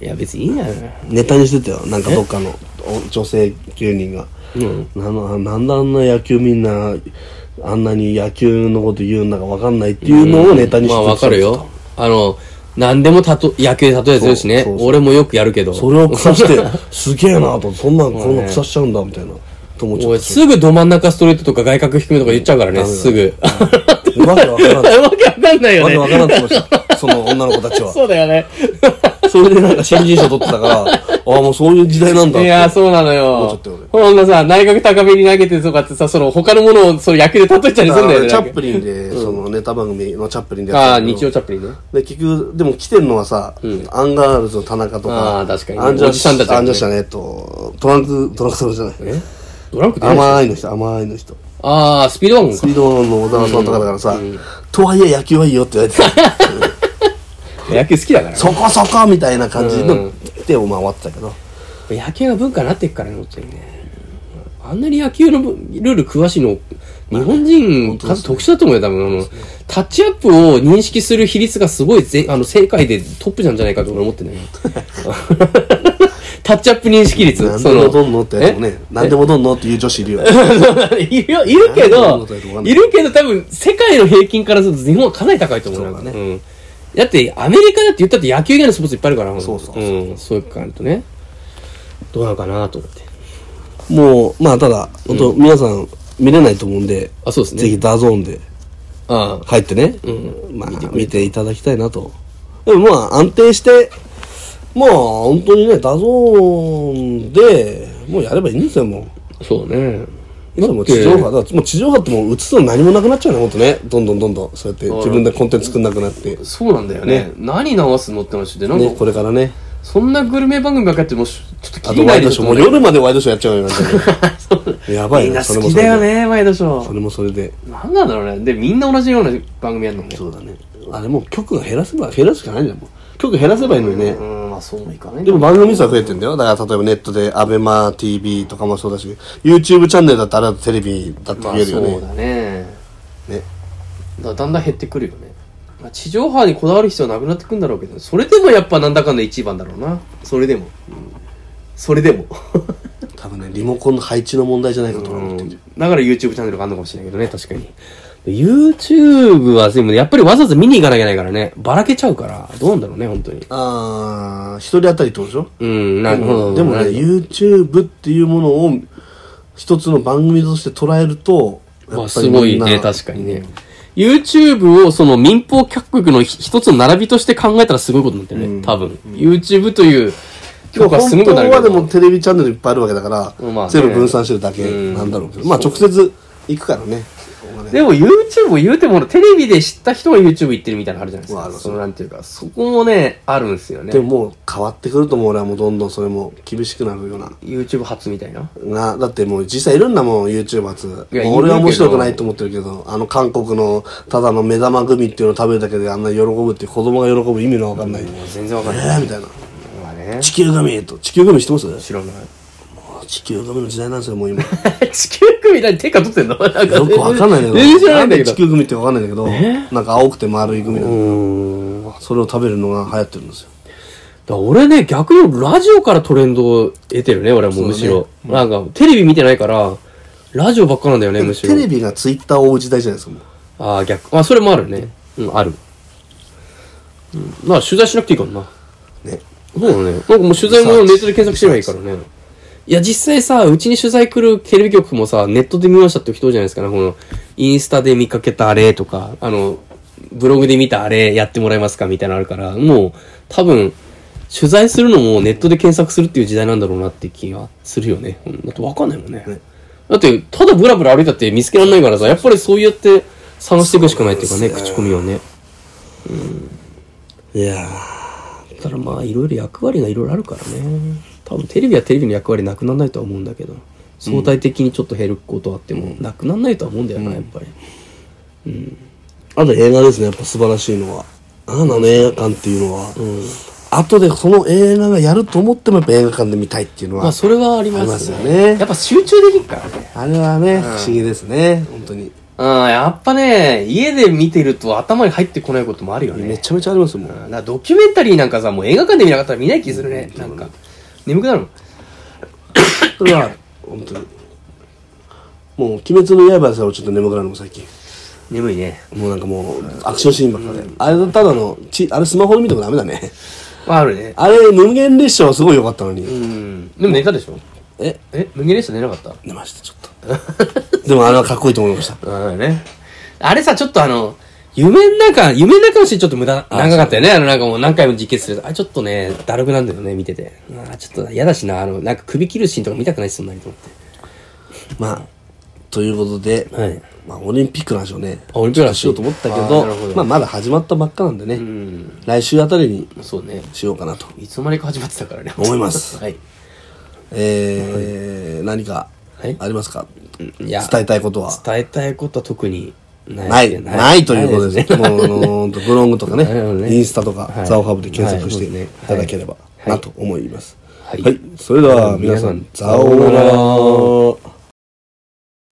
Speaker 2: いや別にいいんじゃない
Speaker 1: ネタにしてたよ。なんかどっかのお女性芸人が。
Speaker 2: うん
Speaker 1: なんのなんであんな野球みんな、あんなに野球のこと言うんだかわかんないっていうのをネタにして
Speaker 2: ま
Speaker 1: た
Speaker 2: あわかるよ。あの、何でもたと、野球で例えするし
Speaker 1: そ
Speaker 2: ね
Speaker 1: うそうそう
Speaker 2: 俺もよくやるけど。
Speaker 1: それを腐して、
Speaker 2: (laughs)
Speaker 1: すげえなと、そんなん、こんなん腐しちゃうんだ、みたいな。と思っちゃ
Speaker 2: お
Speaker 1: っ
Speaker 2: いすぐど真ん中ストレートとか外角低めとか言っちゃうからね、
Speaker 1: ダメだ
Speaker 2: すぐ。 (laughs)
Speaker 1: た。わけわからん。
Speaker 2: わけわかんないよ
Speaker 1: わけわ
Speaker 2: ね。
Speaker 1: からんって言ってま
Speaker 2: (laughs)
Speaker 1: した。その女の子たちは。
Speaker 2: そうだよね。
Speaker 1: それでなんか新人賞取ってたから、ああ、もうそういう時代なんだっ
Speaker 2: い
Speaker 1: て。
Speaker 2: や、そうな
Speaker 1: も
Speaker 2: の
Speaker 1: うちょ
Speaker 2: よ
Speaker 1: っとよね。
Speaker 2: ほんなさ、内角高めに投げてとかってさ、その他のものをその野球で例えちゃうりすんだよね。
Speaker 1: チャ
Speaker 2: な
Speaker 1: ップ
Speaker 2: んか
Speaker 1: リンで、そのネタ番組のチャップリンで
Speaker 2: あ
Speaker 1: や
Speaker 2: あ、
Speaker 1: って
Speaker 2: 日
Speaker 1: た
Speaker 2: 曜
Speaker 1: け
Speaker 2: チャップリンね。
Speaker 1: どで、結局、でも来てんのはさ、アンガールズの田中とか、
Speaker 2: あー確かに
Speaker 1: アンジャッ
Speaker 2: おじさんたちだね
Speaker 1: アンジャッシュね、と、トランク、トランクソロじゃない。
Speaker 2: えドランク出ない
Speaker 1: 甘いの人、甘いの人。
Speaker 2: ああ、スピードワゴン
Speaker 1: ス
Speaker 2: か
Speaker 1: ピ。ードの小沢さんとかだからさ、とはいえ野球はいいよって言われ
Speaker 2: (laughs)
Speaker 1: てた。
Speaker 2: 野球好きだから。
Speaker 1: そこそこみたいな感じので、まあ終わってたけど。
Speaker 2: 野球が文化になっていくからね、本当にね。あんなに野球のルール詳しいの、日本人、数特殊だと思うよ、多分。あの、タッチアップを認識する比率がすごい全、あの、世界でトップなんじゃないかと俺思ってね。
Speaker 1: (laughs)
Speaker 2: タッチアップ認識率。
Speaker 1: 何
Speaker 2: そ
Speaker 1: で
Speaker 2: の
Speaker 1: もどんのってやつもね何でもどんのっていう女子いるよね
Speaker 2: (laughs) いるよいるけ
Speaker 1: 何
Speaker 2: ど
Speaker 1: のことだかわか、んない
Speaker 2: いるけど多分世界の平均からすると日本はかなり高いと思うよ
Speaker 1: そうだね
Speaker 2: んだってアメリカだって言ったって野球以外のスポーツいっぱいあるから、、
Speaker 1: そうそうそうん
Speaker 2: そういう感じとね。どうなのかなと思って。
Speaker 1: もうまあただ本当皆さん見れないと思うんで
Speaker 2: あ、そうですね。
Speaker 1: ぜひダゾーンで
Speaker 2: ああ
Speaker 1: 入ってね、
Speaker 2: ん
Speaker 1: まあ見ていただきたいなとでもまあ安定してまあ本当にねダゾーンでもうやればいいんですよもう
Speaker 2: そうね。
Speaker 1: 今もう地上波だからもう地上波ってもう映すの何もなくなっちゃうねもっとねどんどんどんどんそうやって自分でコンテンツ作んなくなって
Speaker 2: そうなんだよね。何流すのって話で、なん
Speaker 1: ね
Speaker 2: か、
Speaker 1: これからね
Speaker 2: そんなグルメ番組ばっかやって、もうし、ちょっと
Speaker 1: あ
Speaker 2: 聞い
Speaker 1: と
Speaker 2: な
Speaker 1: ワイ
Speaker 2: い
Speaker 1: ド
Speaker 2: で
Speaker 1: シ
Speaker 2: し
Speaker 1: ョ
Speaker 2: ょ
Speaker 1: ーもう夜までワイドショーやっちゃうよなんかねやばい
Speaker 2: みん
Speaker 1: な
Speaker 2: な
Speaker 1: それ
Speaker 2: 好
Speaker 1: も
Speaker 2: き
Speaker 1: それ
Speaker 2: だよ
Speaker 1: で
Speaker 2: ね、ワイドシ
Speaker 1: そ
Speaker 2: ョー。
Speaker 1: れもそれで
Speaker 2: なんなんだろうね。で、みんな同じような番組やんのね。
Speaker 1: そうだねあれもう曲が減らせば減らすしかないじゃんもう曲減らせばいいのにね
Speaker 2: うん、まあそうもいかない
Speaker 1: でも番組数は増えてんだよ。だから例えばネットで、アベマ TV とかもそうだし、YouTube チャンネルだったらテレビだって
Speaker 2: ま
Speaker 1: 言
Speaker 2: あ
Speaker 1: えるよ
Speaker 2: そう
Speaker 1: ね。
Speaker 2: だね。
Speaker 1: ね
Speaker 2: だからだんだん減ってくるよね。まあ地上波にこだわる必要はなくなってくんだろうけど、それでもやっぱなんだかんだ一番だろうな。それでも。それでも。
Speaker 1: 多分ね、リモコンの配置の問題じゃないかと思ってる。
Speaker 2: だから YouTube チャンネルがあるのかもしれないけどね、確かに。YouTube はでもやっぱりわざわざ見に行かなきゃいけないからね、ばらけちゃうから、どうなんだろうね、本当に。
Speaker 1: あー、一人当たりってことでしょ
Speaker 2: うん、なるほど。
Speaker 1: でもね、YouTube っていうものを一つの番組として捉えると、
Speaker 2: まあ、すごいね、
Speaker 1: か
Speaker 2: 確かにね。YouTube をその民放各国のひ一つの並びにとして考えたらすごいことになってるね、多分。YouTube という
Speaker 1: 今日
Speaker 2: 評価
Speaker 1: は
Speaker 2: す
Speaker 1: 本
Speaker 2: ご
Speaker 1: 当
Speaker 2: くなるけ
Speaker 1: は
Speaker 2: ど
Speaker 1: でもテレビチャンネルいっぱいあるわけだから、
Speaker 2: まあね
Speaker 1: 全部分散してるだけなんだろうけど、まあ直接行くからね。そこがね
Speaker 2: でも YouTube を言うても、テレビで知った人が YouTube 行ってるみたいなのあるじゃないです
Speaker 1: まああ
Speaker 2: か。
Speaker 1: る
Speaker 2: そのなんていうか、そこもね、あるんですよね
Speaker 1: で。ももう変わってくると思う俺はもうどんどんそれも厳しくなるような。
Speaker 2: YouTube 初みたいな。
Speaker 1: な、だってもう実際いるんだもん、YouTube 発。
Speaker 2: いや
Speaker 1: もう俺はい
Speaker 2: るけど
Speaker 1: 面白くないと思ってるけど、あの韓国のただの目玉グミっていうのを食べるだけであんな喜ぶっていう子供が喜ぶ意味のわかんない。え
Speaker 2: 全然わかんない。
Speaker 1: ーみたいな。
Speaker 2: まあね。
Speaker 1: 地球グミと。地球グミ知ってます
Speaker 2: 知らない。
Speaker 1: 地球グミの時代なんですよ、もう今。よ
Speaker 2: (laughs) 地球組何手か取ってんの (laughs) なんか
Speaker 1: くわかんないんだけど。
Speaker 2: 全然 (laughs) 知らないんだ
Speaker 1: で
Speaker 2: けど。
Speaker 1: 地球グミってわかんないんだけど、なんか青くて丸いグミな
Speaker 2: う
Speaker 1: の
Speaker 2: ーん。だか
Speaker 1: それを食べるのが流行ってるんですよ。
Speaker 2: ら俺ね、逆にラジオからトレンドを得てるね、俺はもうむしろ。なんか、テレビ見てないから、ラジオばっかなんだよ (laughs) ね、むしろ
Speaker 1: テ。レビがツイッターを追う時代じゃないですか、もう。
Speaker 2: ああ、逆。あ、それもあるね。うん、ある。うん。まあ、取材しなくていいからな。
Speaker 1: ね。
Speaker 2: そうだね。なんかもう取材もネットで検索すればいいからね。いや、実際さ、うちに取材来るテレビ局もさ、ネットで見ましたって人多いじゃないですか、ね。この、インスタで見かけたあれとか、あの、ブログで見たあれやってもらえますかみたいなのあるから、もう、多分、取材するのもネットで検索するっていう時代なんだろうなって気がするよね。うんだってわかんないもんね。だって、ただブラブラ歩いたって見つけられないからさ、やっぱりそうやって探していくしかないっていうかね、口コミをね。
Speaker 1: いや
Speaker 2: だからまあいろいろ役割がいろいろあるからね多分テレビはテレビの役割なくならないとは思うんだけど相対的にちょっと減ることはあってもなくならないとは思うんだよな、やっぱり
Speaker 1: ーあと映画ですね、やっぱ素晴らしいのは。あのね映画館っていうのは。後でその映画がやると思ってもやっぱ映画館で見たいっていうのは、
Speaker 2: まあそれはありま
Speaker 1: ありますす
Speaker 2: ね
Speaker 1: よね
Speaker 2: やっぱ集中できるからね
Speaker 1: あれはね、不思議ですね本当に
Speaker 2: うんやっぱね家で見てると頭に入ってこないこともあるよ
Speaker 1: め
Speaker 2: ね
Speaker 1: ちゃめちゃありますもん、
Speaker 2: うんだからドキュメンタリーなんかさもう映画館で見なかったら見ない気するね、なんか眠くなるもん
Speaker 1: それは本当にもう「鬼滅の刃」でさえちょっと眠くなるもん最近
Speaker 2: 眠いね
Speaker 1: もうなんかもうアクションシーンばっかで、あれただのちあれスマホで見てもダメだね
Speaker 2: まああるね
Speaker 1: あれ無限列車はすごい良かったのに、
Speaker 2: うんでも寝たでしょ
Speaker 1: え
Speaker 2: え無限列車寝なかった
Speaker 1: 寝ましたちょっとでもあれはかっこいいと思いました
Speaker 2: うんね。あれさ、ちょっとあの、夢の中、夢の中のシーンちょっと無駄、長かったよね。あの、なんかもう何回も実決する。あ、ちょっとね、だるくなんだよね、見てて。あー、ちょっと嫌だしな、あの、なんか首切るシーンとか見たくないし、そんなにと思って。
Speaker 1: まあということで、
Speaker 2: はい
Speaker 1: まあ、オリンピックの話をね
Speaker 2: あオリンピックの話
Speaker 1: しようと思ったけ
Speaker 2: あー
Speaker 1: ど
Speaker 2: なるほど
Speaker 1: まあ、まだ始まったばっかなんでね、
Speaker 2: ん
Speaker 1: 来週あたりに
Speaker 2: そうね。
Speaker 1: しようかなと
Speaker 2: いつの間にか始まってたからね。
Speaker 1: 思います
Speaker 2: (laughs) はい。
Speaker 1: えー何か
Speaker 2: はい
Speaker 1: ありますか、
Speaker 2: いや
Speaker 1: 伝えたいことは
Speaker 2: 伝えたいことは特にない。
Speaker 1: ない、ないということですね。もうあの、ほんとブログとかね
Speaker 2: なるほど、ね
Speaker 1: インスタとか
Speaker 2: は、い
Speaker 1: ザオハブで検索して
Speaker 2: はい
Speaker 1: いただければ
Speaker 2: はい
Speaker 1: なと思います。
Speaker 2: (laughs) はい
Speaker 1: はい。それでは皆さん、
Speaker 2: 皆さ
Speaker 1: ザ
Speaker 2: ん
Speaker 1: オ
Speaker 2: さ
Speaker 1: な
Speaker 2: よ
Speaker 1: ら。
Speaker 2: う